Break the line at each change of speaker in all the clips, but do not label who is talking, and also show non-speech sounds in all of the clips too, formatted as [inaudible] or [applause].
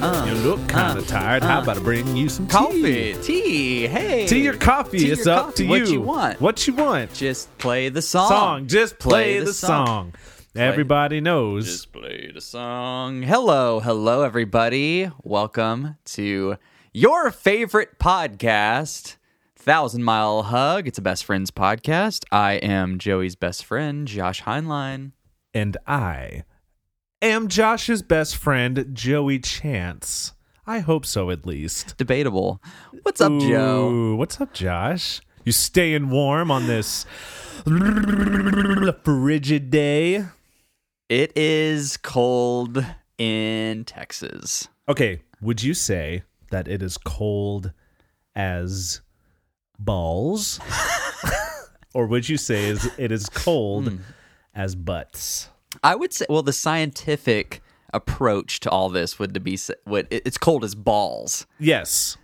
Uh,
look kind of tired. How about I bring you some
Coffee,
tea?
tea, hey.
Tea or coffee?
Tea or
it's up
coffee,
to
what
you.
you want.
What you want?
Just play the song.
song. Just play, the, song. Everybody knows.
Just play the song. Hello, hello, everybody. Welcome to your favorite podcast, Thousand Mile Hug. It's a best friends podcast. I am Joey's best friend, Josh Heinlein.
and I am Josh's best friend, Joey Chance. I hope so, at least.
Debatable. What's up, Joe?
Ooh, what's up, Josh? You staying warm on this frigid day?
It is cold in Texas.
Okay, would you say that it is cold as balls? [laughs] or would you say is it is cold
Hmm.
as butts?
I would say, well, the scientific approach to all this would to be s- what it- it's cold as balls.
Yes.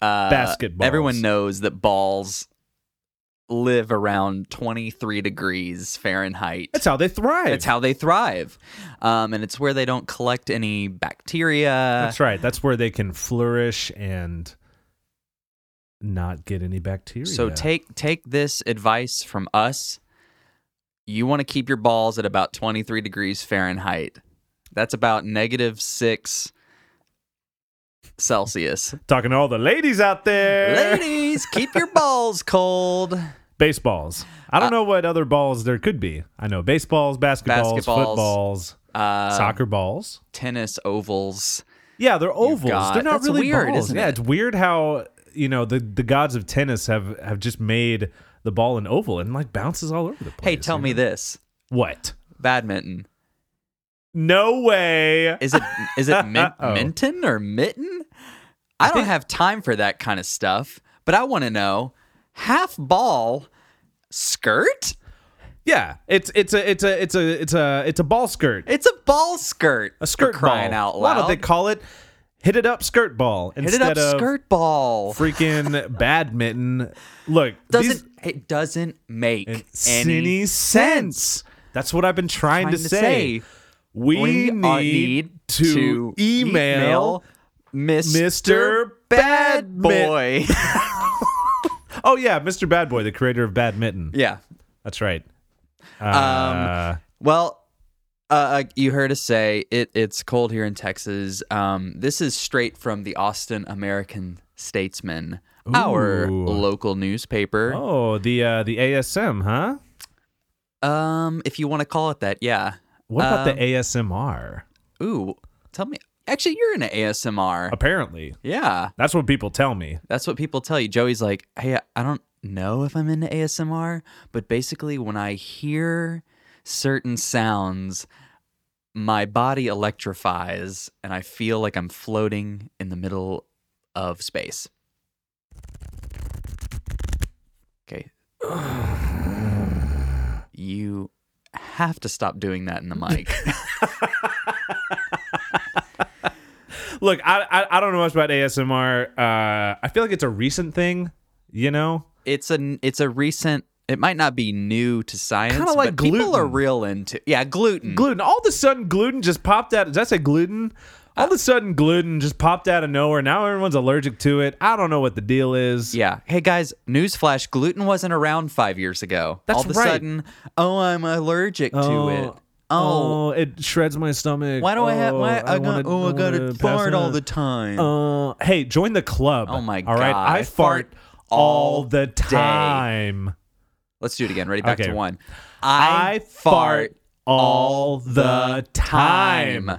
Uh,
Basketballs.
Everyone knows that balls live around 23 degrees Fahrenheit.
That's how they thrive.
That's how they thrive, um, and it's where they don't collect any bacteria.
That's
uh,
right. That's where they can flourish and not get any bacteria.
So take take this advice from us. You want to keep your balls at about 23 degrees Fahrenheit. That's about negative six
[laughs]
Celsius.
talking to all the ladies out there.
Ladies, keep your balls cold.
Baseballs. I
Uh,
don't know what other balls there could be. I know baseballs, basketballs,
Basketballs.
footballs,
Uh,
soccer balls.
Tennis ovals.
Yeah, they're ovals.
got-
they're not
that's
really
weird,
balls.
isn't
yeah,
it?
it's weird how you know the the gods of tennis have have just made the ball an oval and like bounces all over the place.
Hey, tell
you
me
know?
this.
what?
Badminton.
No way.
Is it is it
[laughs]
min-
Uh-oh.
minton or mitten? I don't have time for that kind of stuff, but I want to know half ball skirt?
Yeah, it's it's a it's a it's a it's a it's a ball skirt.
It's a ball skirt.
a skirt
for crying
ball.
out
Why
loud.
don't they call it hit it up skirt ball
Hit it
instead
up
of
skirt ball. [laughs]
freaking badminton? Look,
Doesn't
these
it doesn't make
make
any,
any sense. That's what I've been trying,
Trying
to, say. We,
we
need,
are- need
to, email.
Mr.
Mr.
Bad
Badmin-
Boy.
Oh yeah, Mr. Bad Boy, the creator of badminton.
[laughs] yeah.
That's right. Uh,
Well, uh, you heard us say it. It's cold here in Texas. Um, this is straight from the Austin American Statesman, our
Ooh.
local newspaper.
oh, the uh, the ASM, huh?
Um, if you want to call it that, yeah.
What about the ASMR?
Ooh, tell me. Actually, you're in an ASMR.
Apparently,
Yeah,
that's what people tell me.
that's what people tell you. Joey's like, hey, I don't know if I'm into ASMR, but basically, when I hear certain sounds, my body electrifies and I feel like I'm floating in the middle of space. Okay. You have to stop doing that in the mic.
[laughs] Look, I, I I don't know much about ASMR. Uh, I feel like it's a recent thing. You know,
it's a it's a recent it might not be new to science
Kinda like
but people are
gluten.
real into yeah gluten
gluten. All of a sudden, gluten just popped out. Did I say gluten? All of a sudden, gluten just popped out of nowhere. Now everyone's allergic to it. I don't know what the deal is.
yeah hey guys newsflash gluten wasn't around five years ago
That's
all of a
right.
sudden oh i'm allergic
Oh,
to it oh
Oh, it shreds my stomach.
why do i have
Oh,
why i, got
wanna-
oh i
wanna
gotta
pass
fart all
out.
the time
Uh, hey, join the club.
Oh my
All right,
God,
I
I fart
fart all
all
the
day.
time.
let's do it again ready back
okay.
to one i, fart
all the time.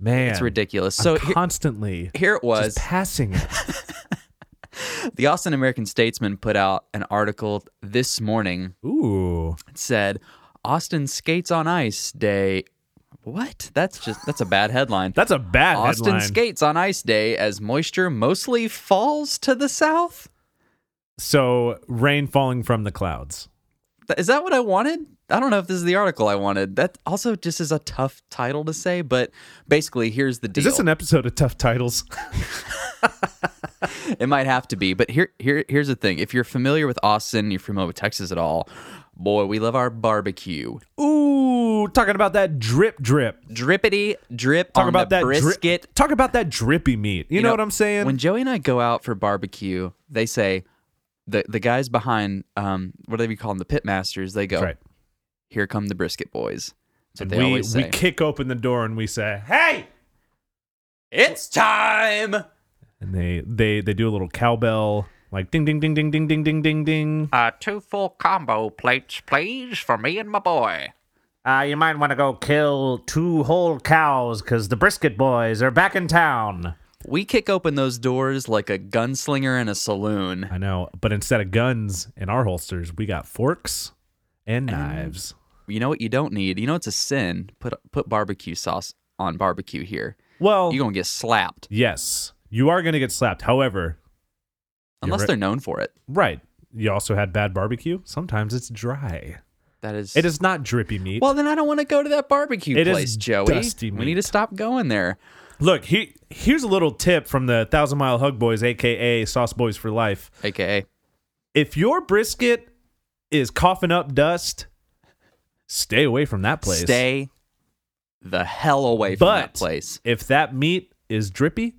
Man,
it's ridiculous
So
so he-
constantly
here it was
just passing it.
the austin american statesman put out an article this morning
Ooh,
said Austin skates on ice day. What? That's just that's a bad headline.
that's a bad
Austin
headline.
skates on ice day as moisture mostly falls to the south.
so rain falling from the clouds.
Th- Is that what I wanted? I don't know if this is the article I wanted. That also just is a tough title to say, but basically here's the deal.
Is this an episode of Tough Titles? [laughs]
it might have to be, but here here here's the thing. If you're familiar with Austin, you're familiar with Texas at all, Boy, we love our barbecue.
Ooh, talking about that drip drip.
Drippity drip
Talk
on
about
the
that dri-
brisket.
Talk about that drippy meat. You, know, what I'm saying?
When Joey and I go out for barbecue, they say the the guys behind um whatever you call them, the pit masters, they go,
That's right.
Here come the brisket boys. That's what
And
they
we,
always
we
say.
kick open the door and we say, "Hey!"
it's time.
And they they they do a little cowbell, like ding ding ding ding ding ding ding ding ding.
Uh, two full combo plates, please, for me and my boy.
Uh, you might want to go kill two whole cows because the brisket boys are back in town.
We kick open those doors like a gunslinger in a saloon.
I know, but instead of guns in our holsters, we got forks and knives.
You know what you don't need? You know it's a sin. Put put barbecue sauce on barbecue here.
Well,
You're gonna get slapped.
yes, you are going to get slapped. However,
Unless
right.
they're known for it.
right, you also had bad barbecue. Sometimes it's dry.
That is
It is not drippy meat.
Well then I don't want to go to that barbecue
It is
place, Joey.
dusty
We need
meat.
to stop going there.
Look, he, here's a little tip from the Thousand Mile Hug Boys, aka Sauce Boys for Life.
AKA
If your brisket is coughing up dust, stay away from that place.
Stay the hell away from that
But
place.
if that meat is drippy,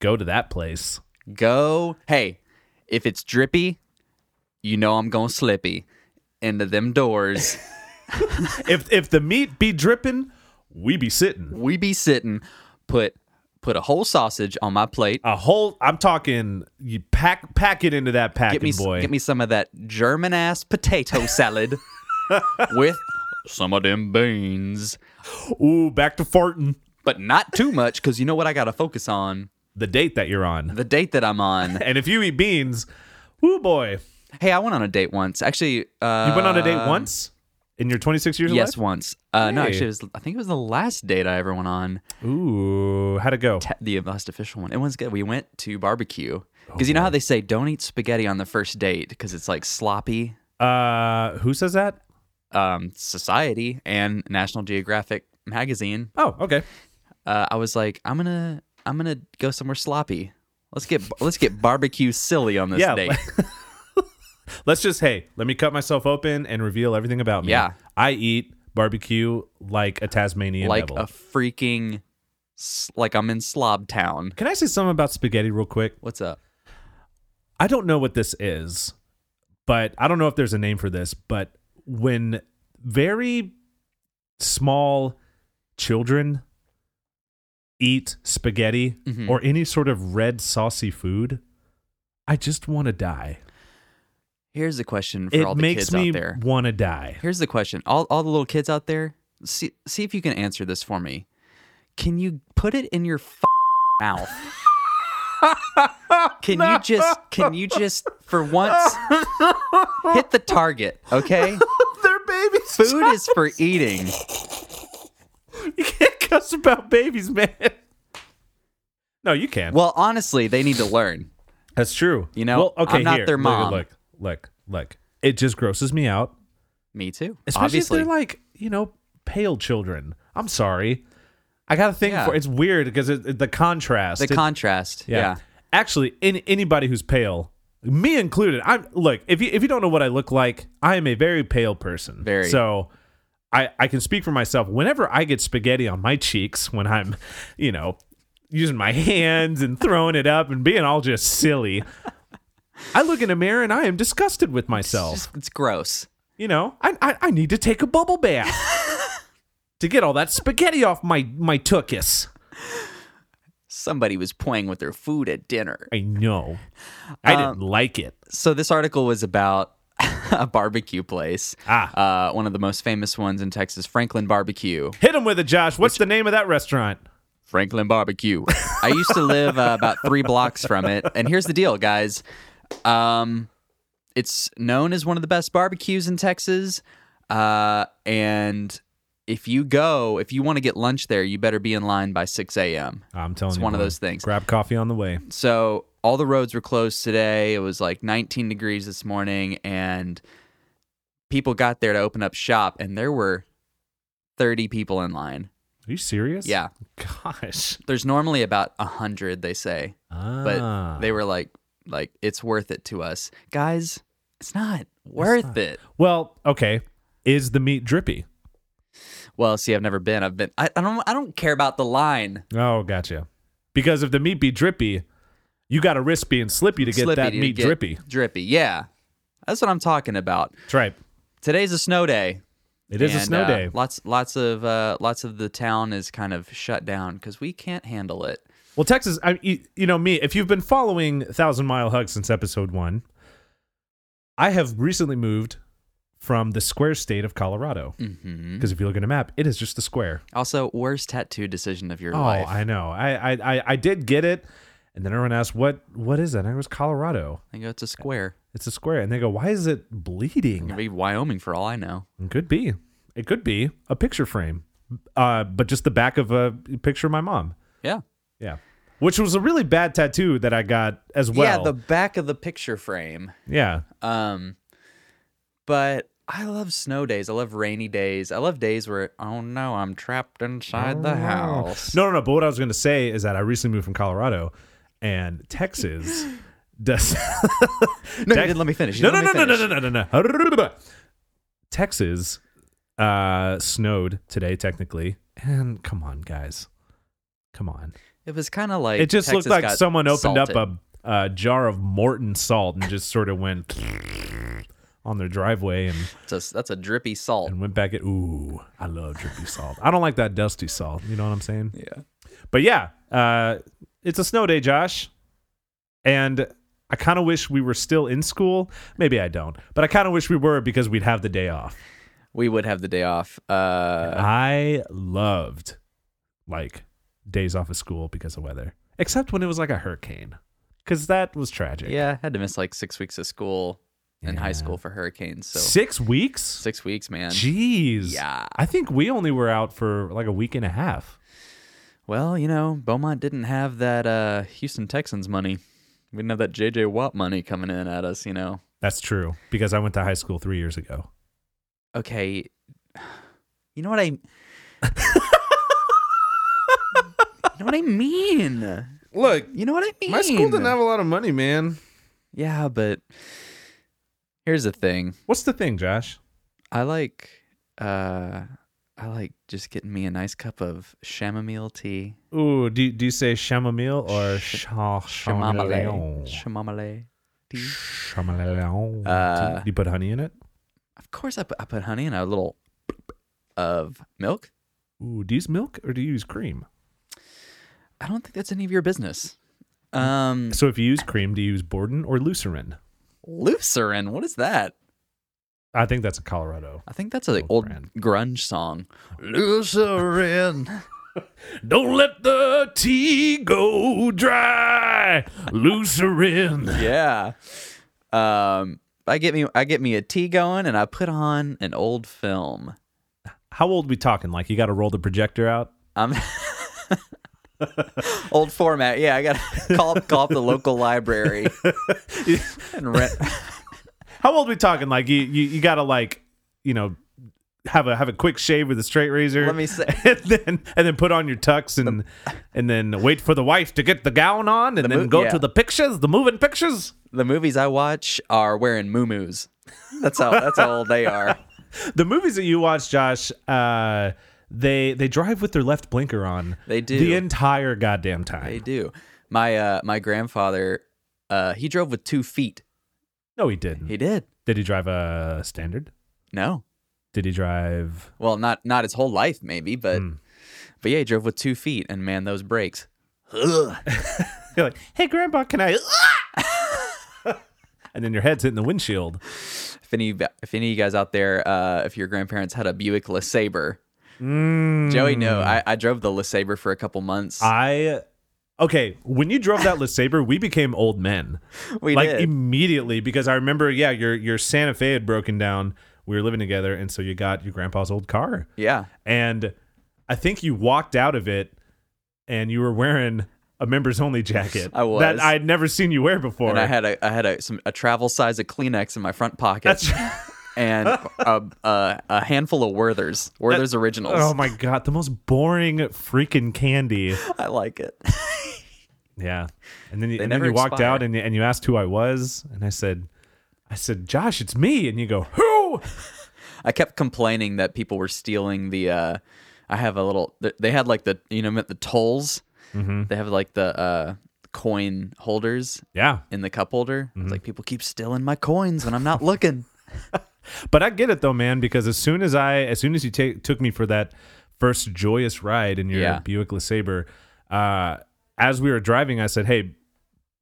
go to that place.
Go, hey, if it's drippy, you know I'm going slippy into them doors.
if if the meat be dripping, we be sitting.
we be sitting, put put a whole sausage on my plate.
A whole I'm talking you pack pack it into that packing
Get me s-
boy.
get me some of that German ass
[laughs]
potato salad with some of them beans,
Ooh, back to farting.
but not too much cuz you know what I got to focus on?
The date that you're on.
The date that I'm
[laughs]
on.
And if you eat beans, woo boy.
hey, I went on a date once. Actually, uh
You went on a date once in your 26 years
Yes,
of life?
once. Uh, No,
Hey.
actually, it was, I think it was the last date I ever went on.
Ooh, how'd it go?
Te- the last official one. It was good. We went to barbecue
Oh,
because you know how they say don't eat spaghetti on the first date because it's like sloppy.
Uh, who says that?
Um, Society and National Geographic magazine.
Oh, okay.
Uh, I was like, I'm gonna, I'm gonna go somewhere sloppy. Let's get, let's get barbecue silly on this
Yeah,
date.
[laughs] Let's just hey, let me cut myself open and reveal everything about me.
Yeah.
I eat barbecue like a Tasmanian
like
devil.
a freaking, s- like I'm in Slob Town.
Can I say something about spaghetti real quick?
What's up?
I don't know what this is, but I don't know if there's a name for this, but when very small children eat spaghetti
Mhm.
or any sort of red saucy food, I just want to die.
Here's the question for all
it
the
makes
kids
me
out there.
want to die.
Here's the question. All all the little kids out there, see see if you can answer this for me. Can you put it in your f-
[laughs]
mouth? Can you just can you just for once hit the target, okay?
[laughs] They're babies. [laughs]
Food is for eating.
You can't cuss about babies, man. No, you can.
Well, honestly, they need to learn.
That's true.
You know,
well,
I'm
okay,
not
here,
their
look,
mom.
Look, look, look. It just grosses me out.
Me too.
Especially
obviously.
if they're like, you know, pale children. I'm sorry. I got a thing
Yeah.
for it's weird because it, it- the contrast.
the
it-
contrast. Yeah.
Actually, in, anybody who's pale, me included. I'm look, if you if you don't know what I look like, I am a very pale person.
Very.
So I I can speak for myself. Whenever I get spaghetti on my cheeks when I'm, you know, using my hands and throwing it up and being all just silly, I look in a mirror and I am disgusted with myself
It's, it's gross.
you know, I, I, I need to take a bubble bath
[laughs]
to get all that spaghetti off my my tuchus.
Somebody was playing with their food at dinner.
I know. I
Um,
didn't like it.
so this article was about [laughs] a barbecue place.
Ah.
Uh, one of the most famous ones in Texas, Franklin Barbecue.
Hit him with it, Josh. What's the name of that restaurant?
Franklin Barbecue. [laughs] I used to live uh, about three blocks from it. And here's the deal, guys. Um, it's known as one of the best barbecues in Texas. Uh, and if you go, if you want to get lunch there, you better be in line by 6 a.m.
I'm telling
It's
you,
one of
man.
those things.
Grab coffee on the way.
So all the roads were closed today. It was like 19 degrees this morning, and people got there to open up shop, and there were 30 people in line.
Are you serious?
Yeah,
Gosh.
there's normally about 100, they say, but
Ah.
they were like, like it's worth it to us, guys. It's not worth it.
Well, okay. Is the meat drippy?
Well, see, I've never been. I've been. I, I don't. I don't care about the line.
Oh, gotcha. Because if the meat be drippy, you got to risk being slippy to get
Slippy
that
to
meat
get
drippy.
Drippy. Yeah, that's what I'm talking about.
That's right.
Today's a snow day.
It is a
and,
snow
uh,
day.
Lots, lots of, uh, lots of the town is kind of shut down because we can't handle it.
Well, Texas, I, you, you know me, if you've been following Thousand Mile Hug since episode one, I have recently moved from the square state of Colorado.
hmm
Because if you look at a map, it is just a square.
Also, worst tattoo decision of your
oh,
life.
I know. I, I, I, I did get it. And then everyone asked, what, what is that? And I was Colorado.
I go, it's a square.
It's a square. And they go, why is it
It
bleeding?
could be Wyoming for all I know.
It could be. It could be a picture frame, uh, but just the back of a picture of my mom.
Yeah.
Yeah. Which was a really bad tattoo that I got as well.
yeah, the back of the picture frame.
yeah.
Um, but I love snow days. I love rainy days. I love days where oh no, I'm trapped inside the house.
Oh. No, no, no. But what I was going to say is that I recently moved from Colorado, and
[laughs]
Texas does. [laughs]
no,
Tex-
you didn't let me finish. You
no, no,
didn't
no,
let me
no, no,
finish.
no, no, no, no. Texas uh, snowed today, technically, and come on, guys, come on.
It was kind of like
It just
Texas
looked like
got
someone opened
salted.
up a, a jar of Morton salt and just sort of went [laughs] on their driveway and,
That's a, that's a drippy salt.
and went back at ooh, I love drippy salt. I don't like that dusty salt. You know what I'm saying?
Yeah.
But yeah, uh, it's a snow day, Josh. And I kind of wish we were still in school. Maybe I don't, but I kind of wish we were because we'd have the day off.
We would have the day off. Uh,
I loved like days off of school because of weather, except when it was like a hurricane, because that was tragic.
yeah, had to miss like six weeks of school in
Yeah.
high school for hurricanes. So
Six weeks?
six weeks, man.
Jeez.
Yeah.
I think we only were out for like a week and a half.
Well, you know, Beaumont didn't have that uh, Houston Texans money. We didn't have that JJ Watt money coming in at us, you know.
That's true because I went to high school three years ago.
Okay. [sighs] You know what I [laughs] You know what I mean?
Look,
You know what I mean?
a lot of money, man.
Yeah, but here's the thing.
What's the thing, Josh?
I like uh I like just getting me a nice cup of chamomile tea.
Ooh, do, do you say chamomile or
Sh-
cha-
Chamomile.
chamomile?
Chamomile tea.
Chamomile.
Uh,
do you put honey in it?
Of course, I put, I put honey in a little of milk.
Ooh, do you use milk or do you use cream?
I don't think that's any of your business. Um,
So if you use cream, do you use Borden or Lucerne?
Lucerin, what is that?
I think that's a Colorado.
I think that's an old
brand.
grunge song. Lucerin.
Don't let the tea go dry. Lucerne.
[laughs] yeah. Um, I get me I get me a tea going, and I put on an old film.
How old we talking? Like you got to roll the projector out?
I'm old format. Yeah, I gotta [laughs] call up, call up the local
[laughs]
library and rent.
How old we talking? Like you you, you got to like, you know, have a have a quick shave with a straight razor.
Let me say.
[laughs] and then and then put on your tux and and then wait for the wife to get the gown on and then
mo-
go
yeah.
to the pictures, the moving pictures.
the movies I watch are wearing muumuus. That's how that's how old they are.
The movies that you watch, Josh, uh, they they drive with their left blinker on.
They do.
[laughs] the entire goddamn time.
They do. My uh my grandfather uh he drove with two feet.
No, he didn't.
He did.
Did he drive a standard?
No.
Did he drive?
Well, not not his whole life maybe, but
Hmm.
but yeah, he drove with two feet and man those brakes. Ugh.
[laughs] You're like, hey, grandpa, can [laughs] I? and then your head's hitting the windshield.
If any if any of you guys out there uh if your grandparents had a Buick LeSabre, Joey no, I, I drove the LeSabre for a couple months.
Hmm. I okay. When you drove that LeSabre, we became old men.
[laughs] we
like
did.
immediately because I remember, yeah, your your Santa Fe had broken down. We were living together, and so you got your grandpa's old car,
yeah.
and I think you walked out of it, and you were wearing a members only jacket
I was.
that I had never seen you wear before.
And I had a I had a some a travel size of Kleenex in my front pocket.
That's [laughs]
and a, a, a handful of Werther's, Werther's originals.
oh my god, the most boring freaking candy.
[laughs] I like it.
Yeah, and then you, and then
never
you walked
expire.
out and you, and you asked who I was, and I said. I said, Josh, it's me. And you go, who?
I kept complaining that people were stealing the. Uh, I have a little. th- They had like the you know the tolls.
Mm-hmm.
They have like the uh, coin holders
Yeah.
in the cup holder.
Mm-hmm.
It's like people keep stealing my coins when I'm not looking. [laughs]
But I get it though, man, because as soon as I, as soon as you take took me for that first joyous ride in your
Yeah.
Buick LeSabre, uh, as we were driving, I said, "Hey,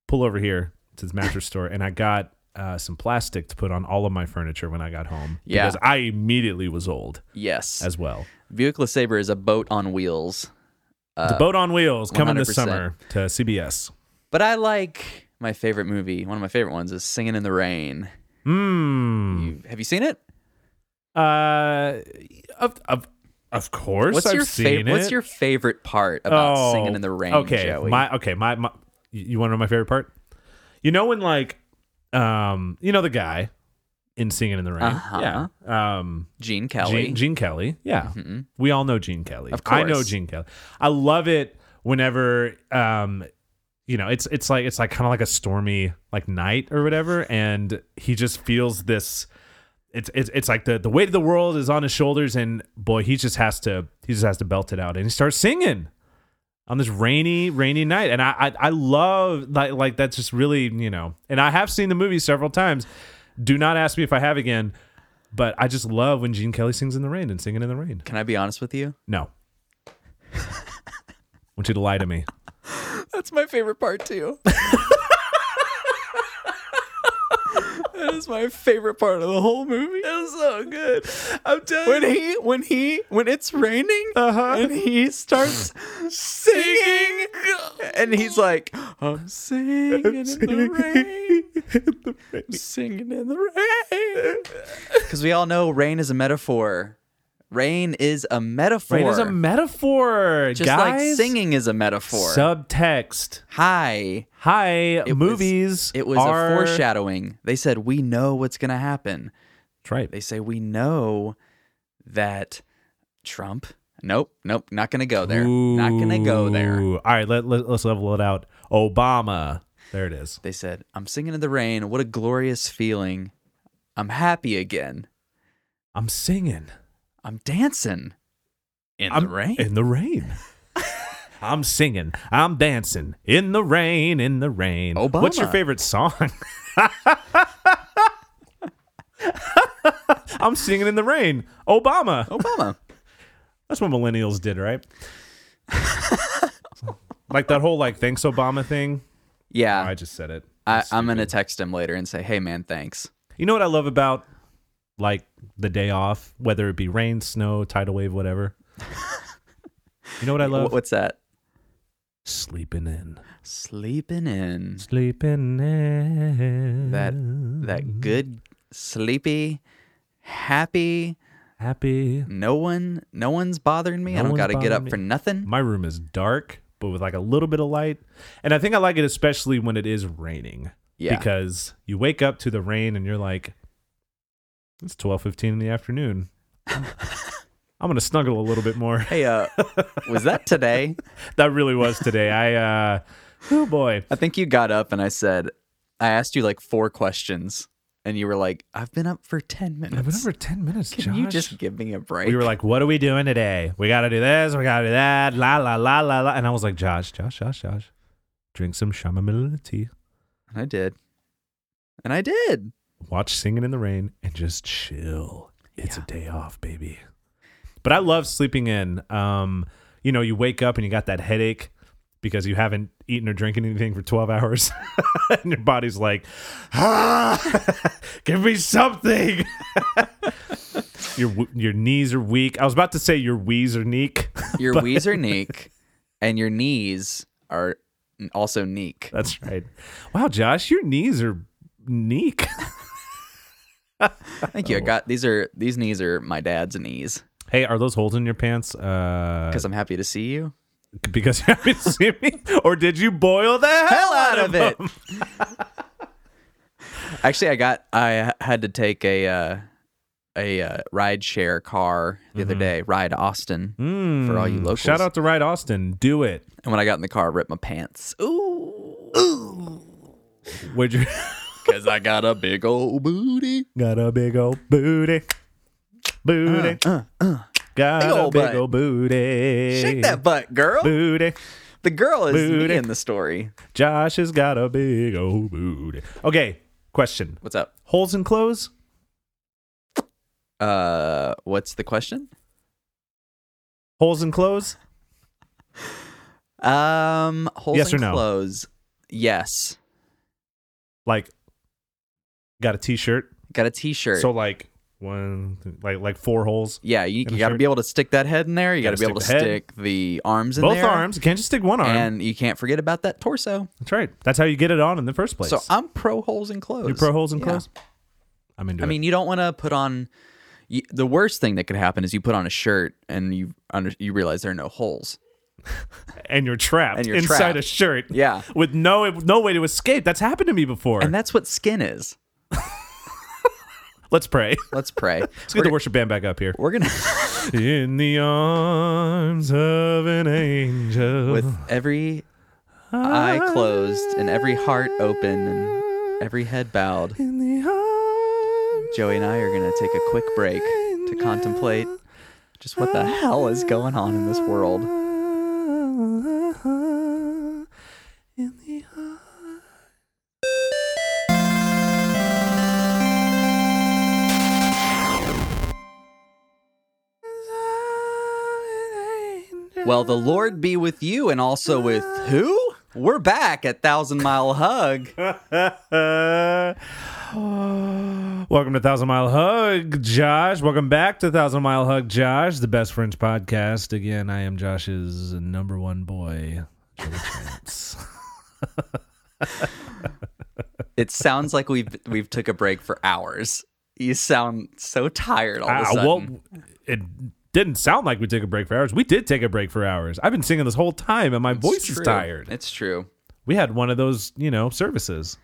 pull over here to
[laughs]
the mattress store," and I got uh, some plastic to put on all of my furniture when I got home.
Yeah.
because I immediately was old
yes,
as well.
Buick LeSabre is a boat on wheels. Uh,
the boat on wheels coming this
100%.
summer to CBS.
But I like my favorite movie. One of my favorite ones is Singing in the Rain.
Hmm.
You- Have you seen it?
Uh, of of of course.
What's
I've
your
seen
favorite? What's
it.
your favorite part about
Oh,
Singing in the Rain,
Okay,
Joey?
my okay, my, my you- you want to know my favorite part? You know when like, um, you know the guy in Singing in the Rain,
Uh-huh.
yeah, um,
Gene Kelly. Mm-hmm.
Gene, Gene Kelly, yeah, we all know Gene Kelly.
Of
I know
course.
Gene Kelly. I love it whenever, um, you know, it's it's like it's like kind of like a stormy like night or whatever, and he just feels this. It's, it's, it's like the, the weight of the world is on his shoulders and boy he just has to he just has to belt it out and he starts singing on this rainy, rainy night. And I, I, I love like, like that's just really, you know, and I have seen the movie several times. Do not ask me if I have again, but I just love when Gene Kelly sings in the rain and singing in the rain.
Can I be honest with you?
No. want you to lie to [laughs] me.
That's my favorite part [laughs] too. that is my favorite part of the whole movie. It's so good. I'm telling Uh-huh. when he when he when it's raining and he starts singing and he's like, I'm singing in the rain. I'm singing in the rain. Because we all know rain is a metaphor. Rain is a metaphor.
Rain is a metaphor,
just
guys.
like singing is a metaphor.
Subtext.
Hi.
Hi,
was-
movies.
It was
are...
a foreshadowing. They said, We know what's going to happen.
That's right.
They say, We know that Trump. Nope, nope, not going to go there. Not going to go there.
Ooh. All right, let, let, let's level it out. Obama. There it is.
They said, I'm singing in the rain. What a glorious feeling. I'm happy again.
I'm singing.
I'm dancing in
I'm
the rain.
In the rain. I'm singing. I'm dancing in the rain. In the rain.
Obama.
What's your favorite song? [laughs] I'm singing in the rain. Obama.
[laughs] Obama.
That's what millennials did, right? [laughs] like that whole like thanks Obama thing.
Yeah.
I just said it.
I, I'm going to text him later and say, Hey, man, thanks.
You know what I love about like the day off, whether it be rain, snow, tidal wave, whatever.
[laughs]
you know what I love?
Wh- What's that?
Sleeping in.
Sleeping in.
Sleeping in.
that
Mm-hmm.
that good sleepy happy
happy.
no one no one's bothering me
No
i don't
one's
gotta get
bothering
up
me.
for nothing
My room is dark, but with like a little bit of light. And I think I like it especially when it is raining.
Yeah.
Because you wake up to the rain and you're like, it's twelve fifteen in the
[laughs]
afternoon. I'm gonna snuggle a little bit more. [laughs]
hey uh was that today
That really was today. I uh oh boy.
i think you got up and i said i asked you like four questions and you were like i've been up for 10 minutes
I've been over ten minutes,
can
Josh.
you just give me a break
we were like, what are we doing today? We gotta do this, we gotta do that, la la la la la. And I was like, Josh, Josh, Josh, Josh, drink some chamomile tea,
and i did and i
[laughs]
did
watch Singing in the Rain, and just chill. It's a day off, baby. But I love sleeping in. Um, you know, you wake up and you got that headache because you haven't eaten or drinking anything for 12 hours. [laughs] and your body's like, ah, [laughs] give me something. [laughs] your w- your knees are weak. I was about to say your wheeze are neek.
your wheeze are neek and your knees are also neek
That's right. Wow, Josh, your knees are neek. [laughs]
thank
Oh.
you i got these are these knees are my dad's knees
hey, are those holes in your pants? Uh,
because i'm happy to see you
because you [laughs] haven't seen me, or did you boil the hell,
hell out of it.
'em?
[laughs] Actually, I got I had to take a uh, a uh, ride share car the other day, ride Austin for all you locals.
Mm-hmm. Mm, Shout out to Ride Austin. Do it.
And when I got in the car, I ripped my pants. Ooh, ooh.
Where'd you? [laughs]
Cause I got a big old booty.
Got a big old booty. Booty.
Uh,
Got
Big
a
ol'
Ah. big
butt.
old booty.
Shake that butt, girl.
booty.
The girl is
Booty.
me in the story.
Josh has got a big old booty. Okay, question.
What's up?
Holes in clothes?
Uh, what's the question?
Holes in clothes?
Um, holes
Yes
and
or no?
clothes. Yes.
Like, got a t-shirt?
Got a t-shirt.
So like one, th- like like four holes.
yeah, you,
and a
you got to
shirt.
be able to stick that head in there. You got
Gotta
to be able to
stick the head.
stick the arms in
Both
there.
arms. You can't just stick one arm.
And you can't forget about that torso.
That's right. That's how you get it on in the first place.
So I'm pro holes and clothes.
you pro holes in
Yeah.
clothes. I'm into
I
it.
mean, you don't want to put on. You, the worst thing that could happen is you put on a shirt and you under, you realize there are no holes.
and you're trapped
And you're
inside
trapped.
a shirt.
Yeah.
With no no way to escape. That's happened to me before.
And that's what skin is. [laughs]
Let's pray.
Let's pray.
Let's
we're,
get the worship band back up here.
we're
[laughs]
gonna [laughs]
In the arms of an angel.
with every eye closed and every heart open and every head bowed.
in the arms.
Joey and I are gonna take a quick break to contemplate just
[laughs]
what the hell is going on in this world.
In the arms.
Well, the Lord be with you and also with who? We're back at Thousand Mile Hug.
[laughs] Welcome to Thousand Mile Hug, Josh. Welcome back to Thousand Mile Hug, Josh, the best French podcast. Again, I am Josh's number one boy. Joey Chance.
It sounds like we've we've took a break for hours. You sound so tired [laughs] all of a
Ah,
sudden.
well, it didn't sound like we took a break for hours. We did take a break for hours. I've been singing this whole time, and my
It's
voice is
true.
tired.
It's true.
we had one of those, you know, services.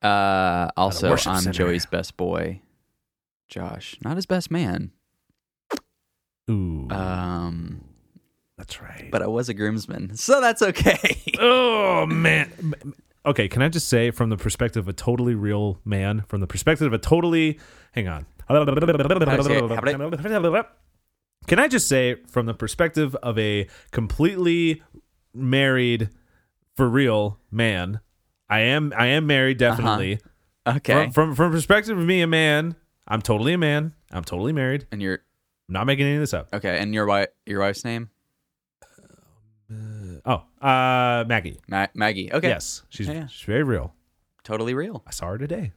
Uh, also, I'm
worship center.
Joey's best boy, Josh. Not his best man.
Ooh,
Um,
that's right.
but I was a groomsman, so that's okay. [laughs]
oh man okay can i just say from the perspective of a totally real man from the perspective of a totally hang on can i just say from the perspective of a completely married for real man i am i am married definitely
Uh-huh. okay.
from, from from perspective of me a man i'm totally a man i'm totally married
and your
i'm not making any of this up
okay, and your wife, your wife's name,
oh uh maggie
Ma- Maggie. Okay,
yes she's,
Yeah, yeah.
she's very real
totally real.
i saw her today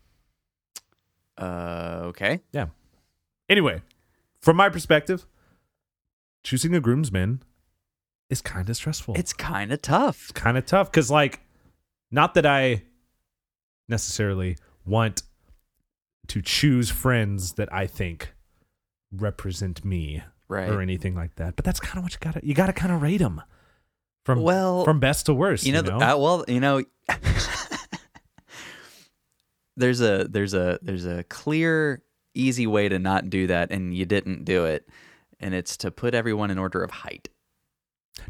Uh, okay.
Yeah. Anyway, from my perspective, choosing a groomsman is kind of stressful.
It's kind of tough.
kind of tough because, like, not that I necessarily want to choose friends that I think represent me
Right.
or anything like that, but that's kind of what you got to you got to kind of rate them from
Well,
from best to worst.
you know, th- uh, well, you know, [laughs] there's a there's a there's a clear, easy way to not do that, and you didn't do it, and it's to put everyone in order of height.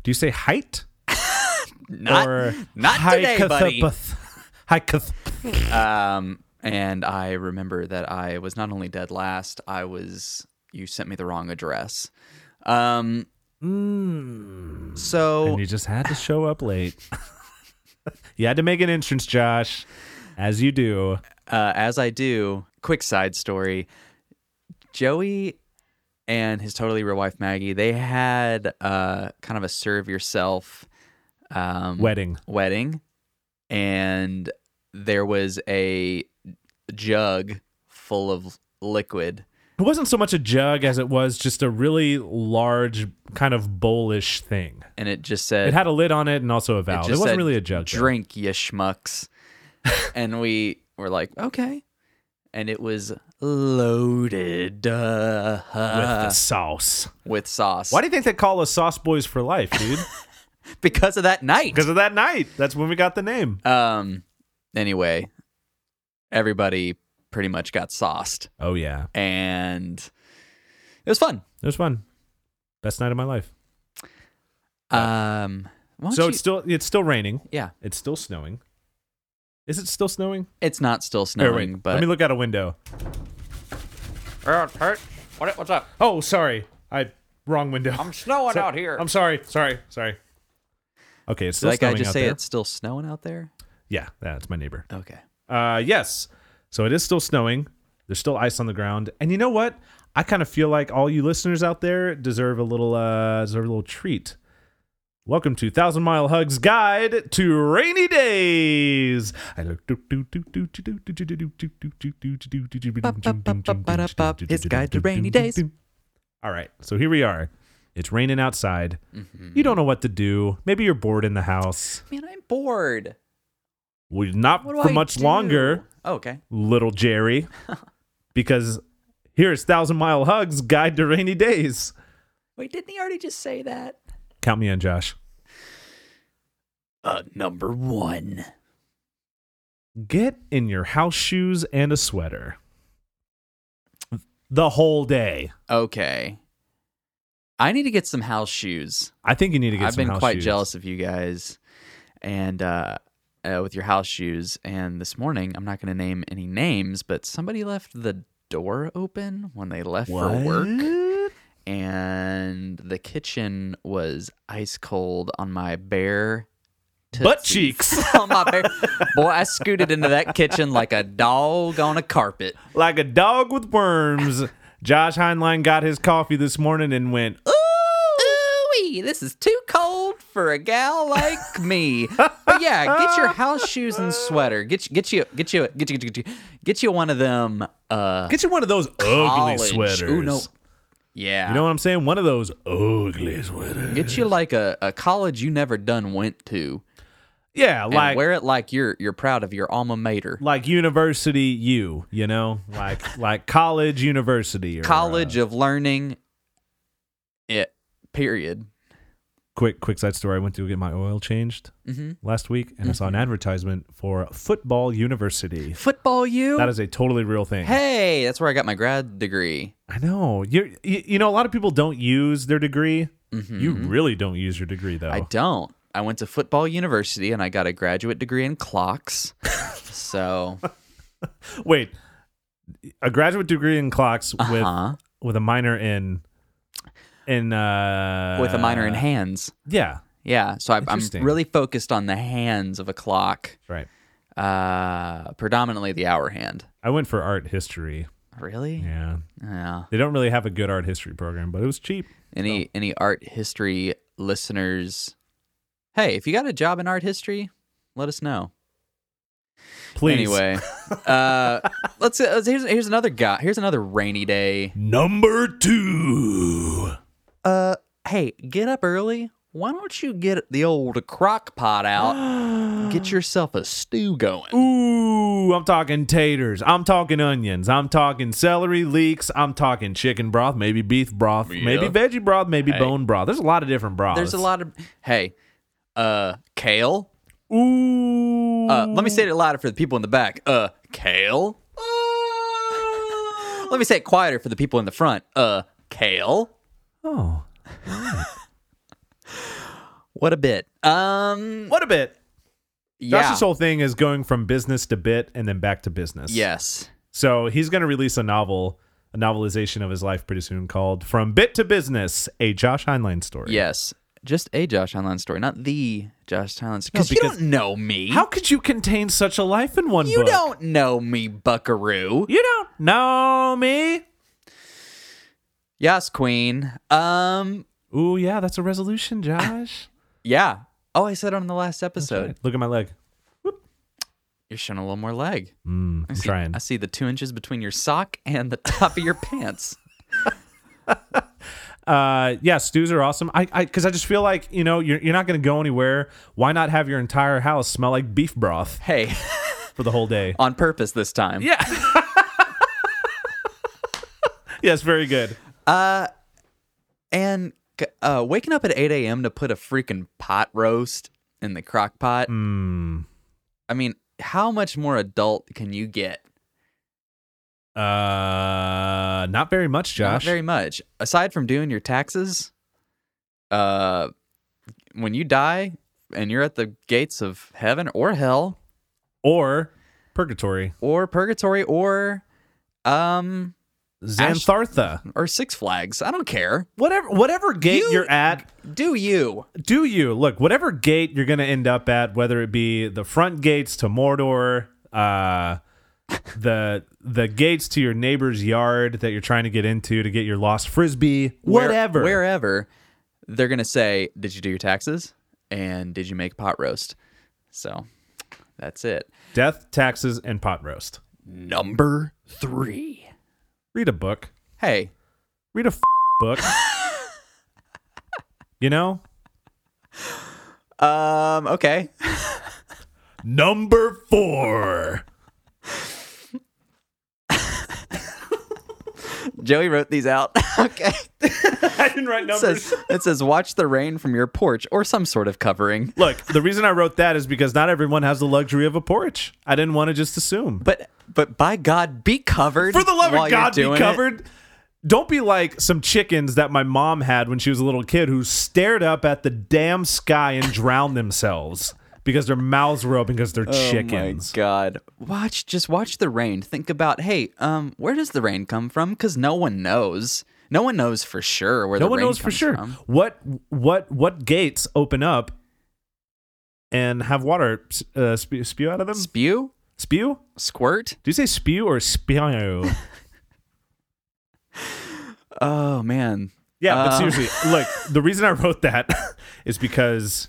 do you say height
Not
or
not today, buddy.
hycathopath- hycath-
Um, and I remember that I was not only dead last, I was you sent me the wrong address. Um,
Mm.
so
and you just had to show up late. [laughs] you had to make an entrance, Josh, as you do.
uh, as I do, quick side story: Joey and his totally real wife Maggie, they had uh, kind of a serve yourself um,
Wedding.
wedding, and there was a jug full of liquid.
It wasn't so much a jug as it was just a really large, kind of bowlish thing.
And it just said
It had a lid on it and also a
It
valve. It,
just
wasn't
said,
really a jug. though.
Drink, you
[laughs]
schmucks. and we were like, okay. And it was loaded uh,
with the sauce.
with sauce.
Why do you think they call us Sauce Boys for Life,
[laughs]
dude?
Because of that night.
Because of that night. That's when we got the name.
Um. Anyway, everybody pretty much got sauced,
Oh yeah,
and it was fun.
it was fun. Best night of my life.
Um. why don't
So
you- Um,
it's still it's still raining.
yeah.
It's still snowing. Is it still snowing?
It's not still
Here,
snowing,
wait.
but
Let me look out a window.
Uh, Kurt, what, what's up?
Oh, sorry. I wrong window. [laughs]
I'm snowing
So-
out here.
I'm sorry. Sorry. Sorry. Okay, it's still
like I
snowing
just
out
say,
there.
it's still snowing out there.
Yeah, that's my neighbor.
Okay.
Uh, yes. So it is still snowing. There's still ice on the ground. And you know what? I kind of feel like all you listeners out there deserve a little uh, deserve a little treat. Welcome to Thousand Mile Hugs Guide to Rainy Days. I look-
It's Guide to Rainy Days.
All right, so here we are. It's raining outside. You don't know what to do. Maybe you're bored in the house.
Man, I'm bored.
Well, not
What do
for
I
much
do?
longer.
Oh, okay. [laughs]
little Jerry, because here's Thousand Mile Hugs Guide to Rainy Days.
Wait, didn't he already just say that?
Count me in, Josh.
Uh, number one.
Get in your house shoes and a sweater. The whole day.
Okay. I need to get some house shoes.
I think you need to get
I've
some
been
house
quite
shoes.
jealous of you guys, and uh, uh, with your house shoes. And this morning, I'm not going to name any names, but somebody left the door open when they left for work,
What?
and the kitchen was ice cold on my bare.
Butt
tootsies. [laughs]
cheeks.
on my bare. Boy, I scooted into that kitchen like a dog on a carpet.
like a dog with
[laughs]
worms. Josh Heinlein got his coffee this morning and went,
Ooh, this is too cold for a gal like
[laughs]
me. But yeah, get your house shoes and sweater. Get you, get you, get you, get you, get you, get you one of them. Uh,
"Get you one of those ugly
college.
sweaters."
Ooh, no. Yeah.
You know what I'm saying? One of those ugly sweaters.
get you like a, a college you never done went to,
yeah,
and
like
wear it like you're you're proud of your alma mater.
like university you you know
[laughs]
like like college university or,
College
uh,
of learning. It. Period.
quick quick side story i went to get my oil changed
Mhm.
last week and i saw an
Mm-hmm.
advertisement for football university
Football, you.
that is a totally real thing
hey, that's where I got my grad degree.
i know you you you know a lot of people don't use their degree you really don't use your degree though
Mm-hmm. I don't. I went to football university and I got a graduate degree in
[laughs]
clocks. so,
wait a graduate degree in clocks
uh-huh.
with with a minor in in uh
with a minor in hands.
yeah
Yeah. So I, I'm
Interesting.
really focused on the hands of a clock,
right
uh, predominantly the hour hand.
i went for art history
Really?
yeah
Yeah.
They don't really have a good art history program, but it was cheap.
Any any art history listeners? Hey, if you got a job in art history, let us know.
Please. [laughs]
Anyway, uh, let's, let's here's here's another guy. Here's another rainy day.
Number two.
uh hey get up early why don't you get the old crock pot out
[gasps]
get yourself a stew going
Ooh, I'm talking taters. I'm talking onions. I'm talking celery leeks. I'm talking chicken broth, maybe beef broth, maybe veggie broth, maybe bone broth. There's a lot of different broths.
there's a lot of hey uh kale
Ooh.
uh let me say it louder for the people in the back uh kale
[laughs]
let me say it quieter for the people in the front uh kale
oh.
what a bit um
What a bit.
yeah
Josh's whole thing is going from business to bit and then back to business.
yes
So he's going to release a novel, a novelization of his life pretty soon called From Bit to Business, a Josh Heinlein story.
yes just a josh Heinlein story not the josh Heinlein story because you
because-
don't know me
How could you contain such a life in one
you
book?
don't know me buckaroo
You don't know me.
Yes, Queen. Um,
Ooh, yeah, that's
[laughs]
a resolution, Josh.
yeah. Oh, I said on the last episode,
Look at my leg.
you're showing a little more leg.
Mm, I'm trying.
I see the two inches between your sock and the top of your [laughs] pants.
Uh, yeah, stews are awesome. I, I, because I just feel like you know you're you're not gonna go anywhere. Why not have your entire house smell like beef broth
Hey,
for the
[laughs]
whole day?
on purpose this time.
Yeah. [laughs] yes, very good.
Uh, And uh, waking up at 8 a.m. to put a freaking pot roast in the crock pot.
Mm. Hmm.
I mean, how much more adult can you get?
Uh, not very much,
Not
Josh.
very much. Aside from doing your taxes, uh, when you die and you're at the gates of heaven or hell,
or Purgatory,
or Purgatory or um
Xanthartha,
or Six Flags. I don't care.
whatever whatever gate
You-
you're at.
Do you?
do you look whatever gate you're going to end up at whether it be the front gates to mordor uh the the gates to your neighbor's yard that you're trying to get into to get your lost frisbee
Where-
whatever
wherever they're going to say, "Did you do your taxes? And did you make a pot roast?" So, that's it.
death taxes and pot roast
Number 3.
read a book
Hey,
read a f- [laughs] book you know
um okay. [laughs]
number 4
Joey wrote these out. [laughs] okay.
i didn't write
It says, it says watch the rain from your porch or some sort of covering.
look the reason i wrote that is because not everyone has the luxury of a porch i didn't want to just assume
But but by God, be covered.
For the love
while
of
you're
God, be
doing it.
covered. Don't be like some chickens that my mom had when she was a little kid who stared up at the damn sky and drowned themselves because their mouths were open because they're
Oh
chickens.
my god. Watch just watch the rain. Think about, hey, um, where does the rain come from? Because no one knows. No one knows for sure where
No
the
one
rain
knows for
comes
sure.
from.
What what what gates open up and have water uh, spew, spew out of them?
Spew?
Spew?
Squirt?
Do you say spew or spew?
Oh man.
Yeah, but
Um, [laughs]
seriously, look, the reason I wrote that [laughs] is because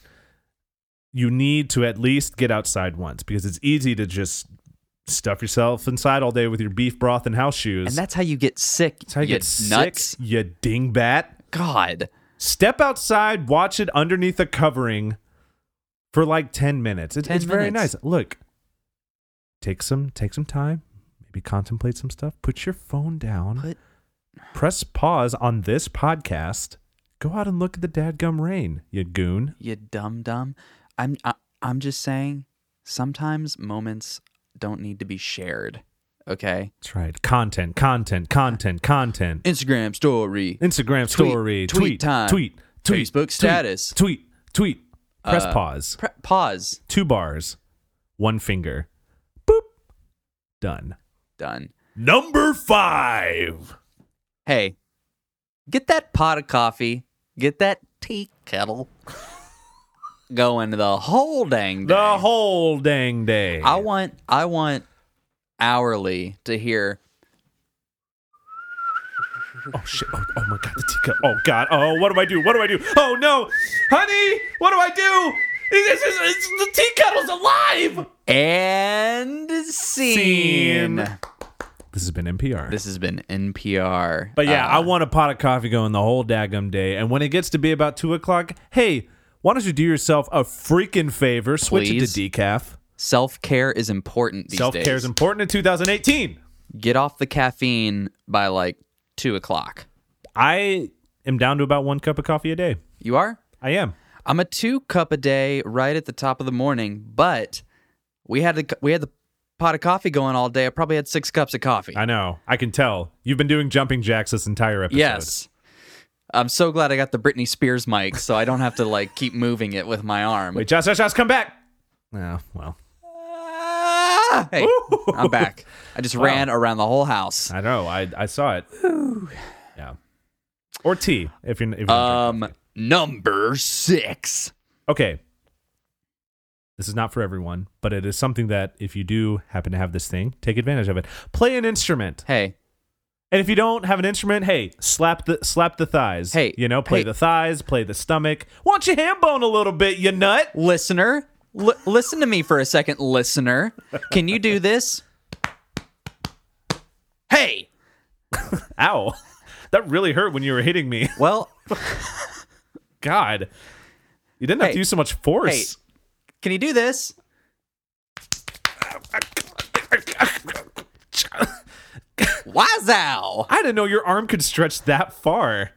you need to at least get outside once because it's easy to just stuff yourself inside all day with your beef broth and house shoes.
And that's how you get sick.
That's how you,
you
get
nuts.
sick, you dingbat.
God.
Step outside, watch it underneath a covering for like 10 minutes. It's,
10
it's very
minutes.
nice. Look, take some take some time, maybe contemplate some stuff, put your phone down
Put
press pause on this podcast. Go out and look at the dadgum rain, you goon.
you dumb dumb. I'm I, I'm just saying sometimes moments don't need to be shared. Okay?
That's right. Content, content, content, content.
Instagram story.
Instagram story,
tweet
tweet,
time.
tweet, tweet,
Facebook
tweet,
status.
tweet, tweet. Press
Uh,
pause.
Pre- pause.
Two bars, one finger. Boop. Done.
Done.
Number five.
hey, get that pot of coffee, get that tea kettle going the whole dang day.
The whole dang day.
I want I want hourly to hear
Oh shit! Oh, oh my god, the teacup! Oh god! Oh, what do I do? What do I do? Oh no, honey, what do I do? This is it's, the tea kettle's alive.
and scene.
Scene. This has been NPR.
This has been NPR.
but yeah,
Uh,
I want a pot of coffee going the whole daggum day. And when it gets to be about two o'clock, hey, why don't you do yourself a freaking favor? Switch
Please?
it to decaf.
self care is important these
Self care is
days.
important in 2018.
Get off the caffeine by like two o'clock.
I am down to about one cup of coffee a day.
You are?
I am.
I'm a two cup a day right at the top of the morning, but we had the we had the pot of coffee going all day. I probably had six cups of coffee.
I know. I can tell. You've been doing jumping jacks this entire episode.
yes. I'm so glad I got the Britney Spears mic so I don't have to like keep moving it with my arm.
Wait, Josh, Josh, Josh, come back. Oh, well.
Ah! Hey, I'm back. I just ran around the whole house.
I know. I, I saw it. Yeah. Or tea if you're if you're not drinking.
Um number 6.
okay. This is not for everyone, but it is something that if you do happen to have this thing, take advantage of it. Play an instrument,
Hey,
and if you don't have an instrument, hey, slap the slap the thighs.
Hey,
you know, play
hey.
the thighs, play the stomach. Want your ham bone a little bit, you nut.
listener, li- listen to me for a second, listener. Can you do this? Hey,
[laughs] Ow, that really hurt when you were hitting me. [laughs]
well,
God, you didn't have
Hey.
to use so much force.
Can you do this? Wazow!
I didn't know your arm could stretch that far.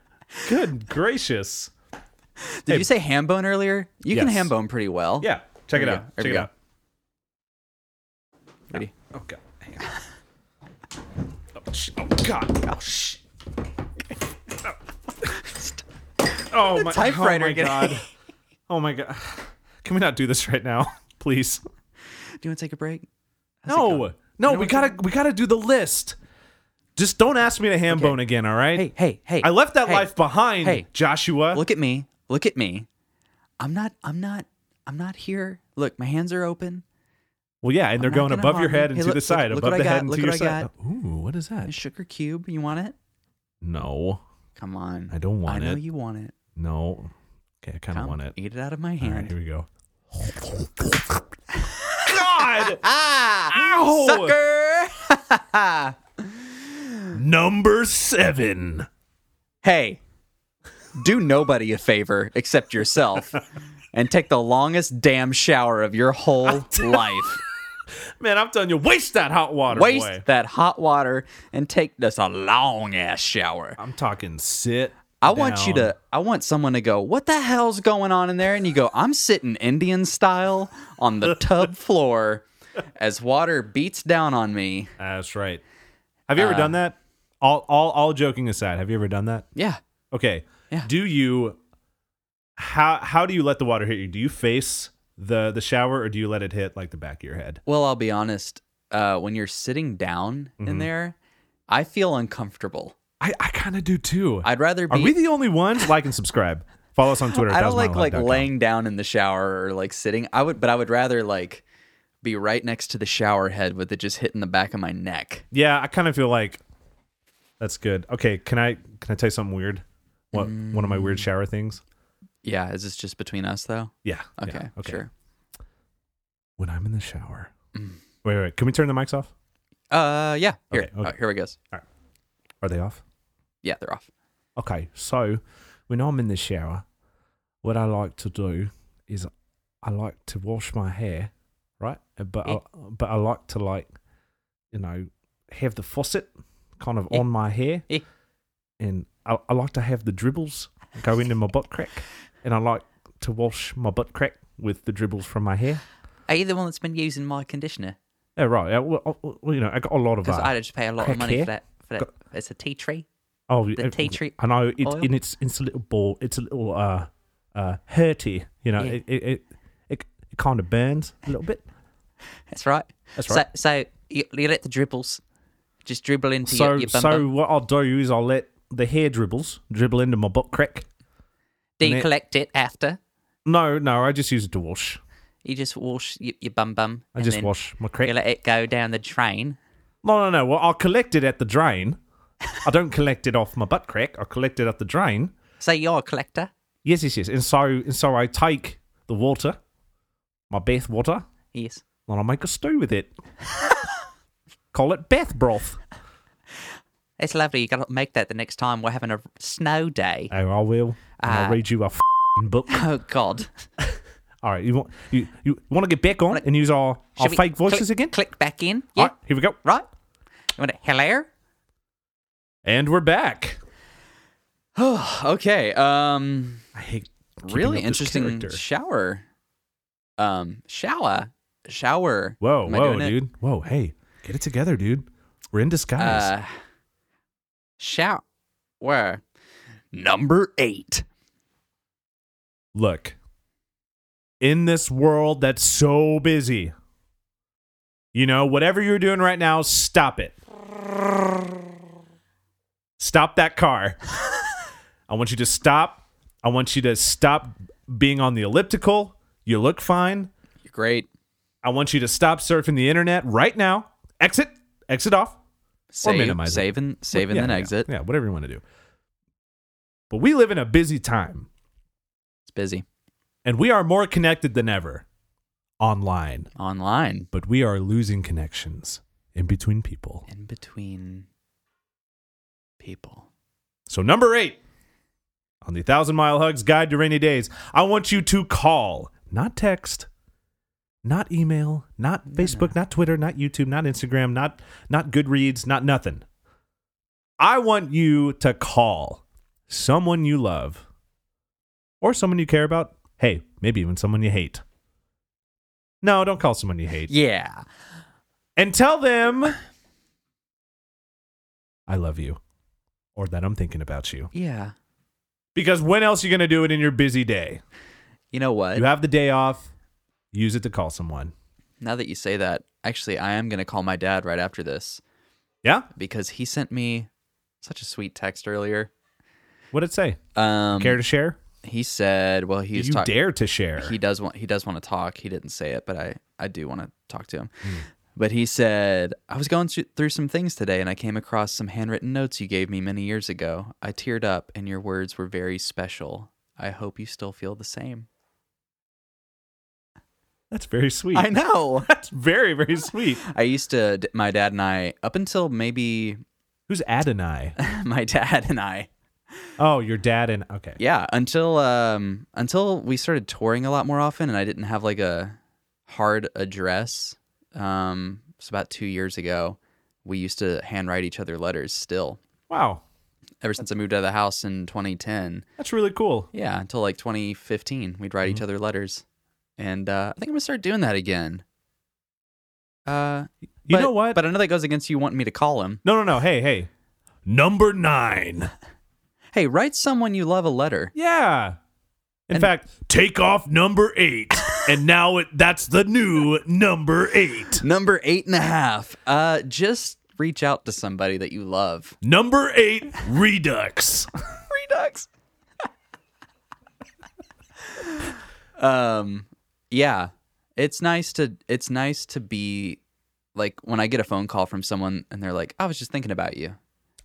Good [laughs] gracious.
Did
Hey.
you say ham bone earlier? You can
Yes.
ham bone pretty well.
Yeah,
There
check it
we
out.
go. There
Check
we
it
go.
out.
Ready?
Oh god. Hang on. Oh, sh- oh god. Oh sh. Oh my,
typewriter
oh my
again.
god. Oh my god. Can we not do this right now, [laughs] please?
Do you want to take a break? How's it going?
No, no, we gotta we gotta do the list. Just don't ask me to ham bone again, all right?
Hey, hey, hey.
I left that
hey.
life behind,
Hey.
Joshua.
Look at me. Look at me. I'm not. I'm not. I'm not here. Look, my hands are open.
well, yeah, and they're
not
going
gonna
above
harm
your
you.
head
Hey,
and to
look-
the
look-
side,
look
above
what
the
I
head
got,
and
look
to
what
your
I
side. Ooh, what is
A
that?
sugar cube. You want it?
No,
Come on.
I don't want
I know
it.
you want it.
no. Okay, I kind of
Come,
want it.
Eat it out of my
All right,
hand.
here we go. God,
[laughs] ah!
ow!
Sucker!
Number seven.
hey, do nobody a favor except
[laughs]
yourself and take the longest damn shower of your
[laughs]
whole life.
Man, I'm telling you, waste that hot water,
Waste
boy.
that hot water and take this a long ass shower.
I'm talking sit.
I want you
down.
to, I want someone to go, what the hell's going on in there? And you go, I'm sitting Indian style on
[laughs]
the tub floor as water beats down on me.
That's right. Have
Uh,
you ever done that? All, all, all joking aside, have you ever done that?
Yeah.
Okay.
Yeah.
Do you how how do you let the water hit you? Do you face the the shower or do you let it hit like the back of your head?
Well, I'll be honest. Uh, when you're sitting down
Mm-hmm.
in there, I feel uncomfortable.
I I kind of do too.
I'd rather
Are
be.
we the only ones? Like and subscribe.
[laughs]
Follow us on Twitter.
I don't like like
thousandmilelife.com.
laying down in the shower or like sitting. I would, but I would rather like be right next to the shower head with it just hitting the back of my neck.
Yeah, I kind of feel like that's good. Okay, can I can I tell you something weird? What one of my
Mm.
weird shower things?
Yeah, is this just between us though?
Yeah. yeah,
Okay, sure. Mm.
When I'm in the shower. Wait, wait, wait. Can we turn the mics off?
Uh, yeah. Here,
Okay, okay.
uh, here we goes.
Are they off?
Yeah, they're off.
Okay, so when I'm in the shower, what I like to do is I like to wash my hair, right? Uh, But I, but I like to like, you know, have the faucet kind of
Eh.
on my hair,
Eh.
and I, I like to have the dribbles go into my butt crack, and I like to wash my butt crack with the dribbles from my hair.
Are you the one that's been using my conditioner?
Yeah, right. Yeah, well, uh, well, you know, I got a lot of.
Because
uh,
I just pay a lot
crack
of money
here.
for that. For that. It's a tea tree.
Oh,
the
uh,
tea tree
I know it's
oil?
and it's it's a little ball. It's a little uh uh hurty. You know,
Yeah.
it it it, it, it kind of burns a little bit.
That's right.
That's right.
So, so you, you let the dribbles just dribble into
so
your, your bum
so
bum.
what I'll do is I'll let the hair dribbles dribble into my butt crack.
Do
ne-
you collect it after?
No, no, I just use it to wash.
You just wash your, your bum bum.
I
and
just
then
wash my crack.
You let it go down the drain.
no, no, no. Well, I'll collect it at the drain. I don't collect it off my butt crack. I collect it at the drain.
So you're a collector.
Yes, yes, yes. And so and so I take the water, my bath water,
Yes.
and I make a stew with it. Call it bath broth.
It's lovely. You gotta make that the next time we're having a snow day.
Oh, I will. And I'll
Uh,
read you a fing book.
Oh God!
All right, you want you, you want to get back on and use our, our
Should we
fake voices
click-
again?
Click back in.
All
Yeah.
right, here we go.
Right. You want to hello?
And we're back.
[sighs] okay. Um.
I hate keeping
really
up this
interesting
character.
shower. Um. Shower. Shower.
Whoa,
Am I
whoa,
doing it?
dude. Whoa, hey, get it together, dude. We're in disguise.
Uh, shout where number eight.
Look, in this world that's so busy, you know, whatever you're doing right now, stop it. Stop that car. I want you to stop. I want you to stop being on the elliptical. You look fine.
You're great.
I want you to stop surfing the internet right now. Exit. Exit off.
Save,
minimize it.
saving, saving,
Yeah,
then
yeah,
exit.
Yeah, whatever you want to do. But we live in a busy time.
It's busy
and we are more connected than ever online,
online
but we are losing connections in between people.
in between people.
So, number eight on the Thousand Mile Hugs Guide to Rainy Days, I want you to call, not text, not email, not Facebook, not Twitter, not YouTube, not Instagram, not not Goodreads, not nothing. I want you to call someone you love or someone you care about. Hey, maybe even someone you hate. No, don't call someone you hate.
Yeah.
and tell them I love you or that I'm thinking about you.
Yeah.
Because when else are you going to do it in your busy day?
You know what?
You have the day off, use it to call someone.
Now that you say that, actually, I am going to call my dad right after this
Yeah.
because he sent me such a sweet text earlier.
What'd it say?
Um,
Care to share?
he said, "Well, he's
you
talk-
dare to share.
he does want he does want to talk. He didn't say it, but I I do want to talk to him.
Hmm.
But he said, "I was going through through some things today and I came across some handwritten notes you gave me many years ago. I teared up and your words were very special. I hope you still feel the same."
That's very sweet.
I know.
[laughs] That's very, very sweet.
I used to d- my dad and I up until maybe [laughs]
Who's Adonai?
my dad and I
Oh, your dad and okay.
yeah until um until we started touring a lot more often and i didn't have like a hard address um it's about two years ago we used to handwrite each other letters still
Wow.
ever since i moved out of the house in 2010
That's really cool.
yeah until like 2015 we'd write each
Mm-hmm.
other letters and uh, i think i'm gonna start doing that again uh
You
but-
know what?
but i know that goes against you wanting me to call him
no, no, no. Hey, hey. Number nine.
hey write someone you love a letter
Yeah. In
And-
fact, take off number eight, and now it that's the new number eight.
number eight and a half uh just reach out to somebody that you love
Number eight, Redux.
Redux. [laughs] um, yeah, it's nice to it's nice to be like when I get a phone call from someone and they're like, "I was just thinking about you."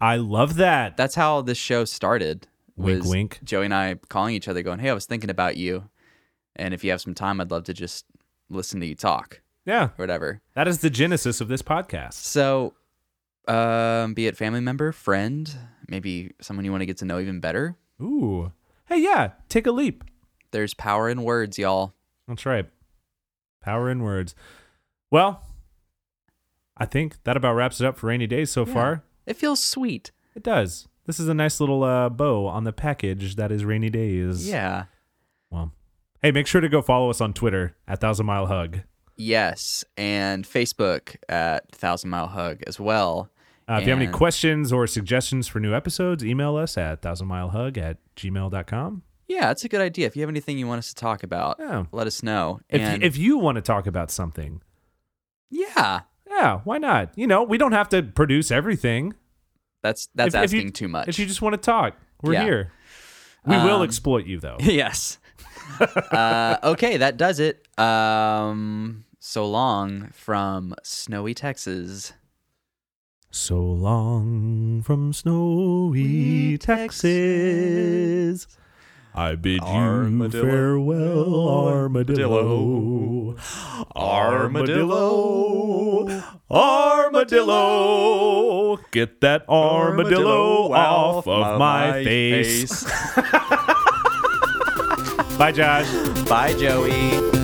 I love that.
That's how this show started.
Wink,
was
wink.
Joey and I calling each other, going, "Hey, I was thinking about you, and if you have some time, I'd love to just listen to you talk
Yeah,
or whatever."
that is the genesis of this podcast.
So, um, be it family member, friend, maybe someone you want to get to know even better.
Ooh. Hey, yeah. Take a leap.
There's power in words, y'all.
That's right. Power in words. Well, I think that about wraps it up for rainy days so far.
It feels sweet.
It does. This is a nice little uh, bow on the package that is rainy days.
Yeah.
Well, hey, make sure to go follow us on Twitter at Thousand Mile Hug.
Yes, and Facebook at Thousand Mile Hug as well.
Uh, if you have any
And-
questions or suggestions for new episodes, email us at thousandmilehug at gmail.com.
Yeah, that's a good idea. If you have anything you want us to talk about,
Yeah.
let us know.
If,
and
you, if you want to talk about something,
yeah,
yeah, why not? You know, we don't have to produce everything.
that's that's
If- if
asking
you-
too much.
If you just want to talk, we're
Yeah.
here. We will
Um,
exploit you, though.
[laughs]
[laughs]
yes. uh, okay, that does it. Um, so long from snowy Texas.
So long from snowy Texas. I bid
Armadillo.
you farewell, armadillo. Armadillo. Armadillo. Get that armadillo, off of my, face. [laughs] Bye, Josh.
Bye, Joey.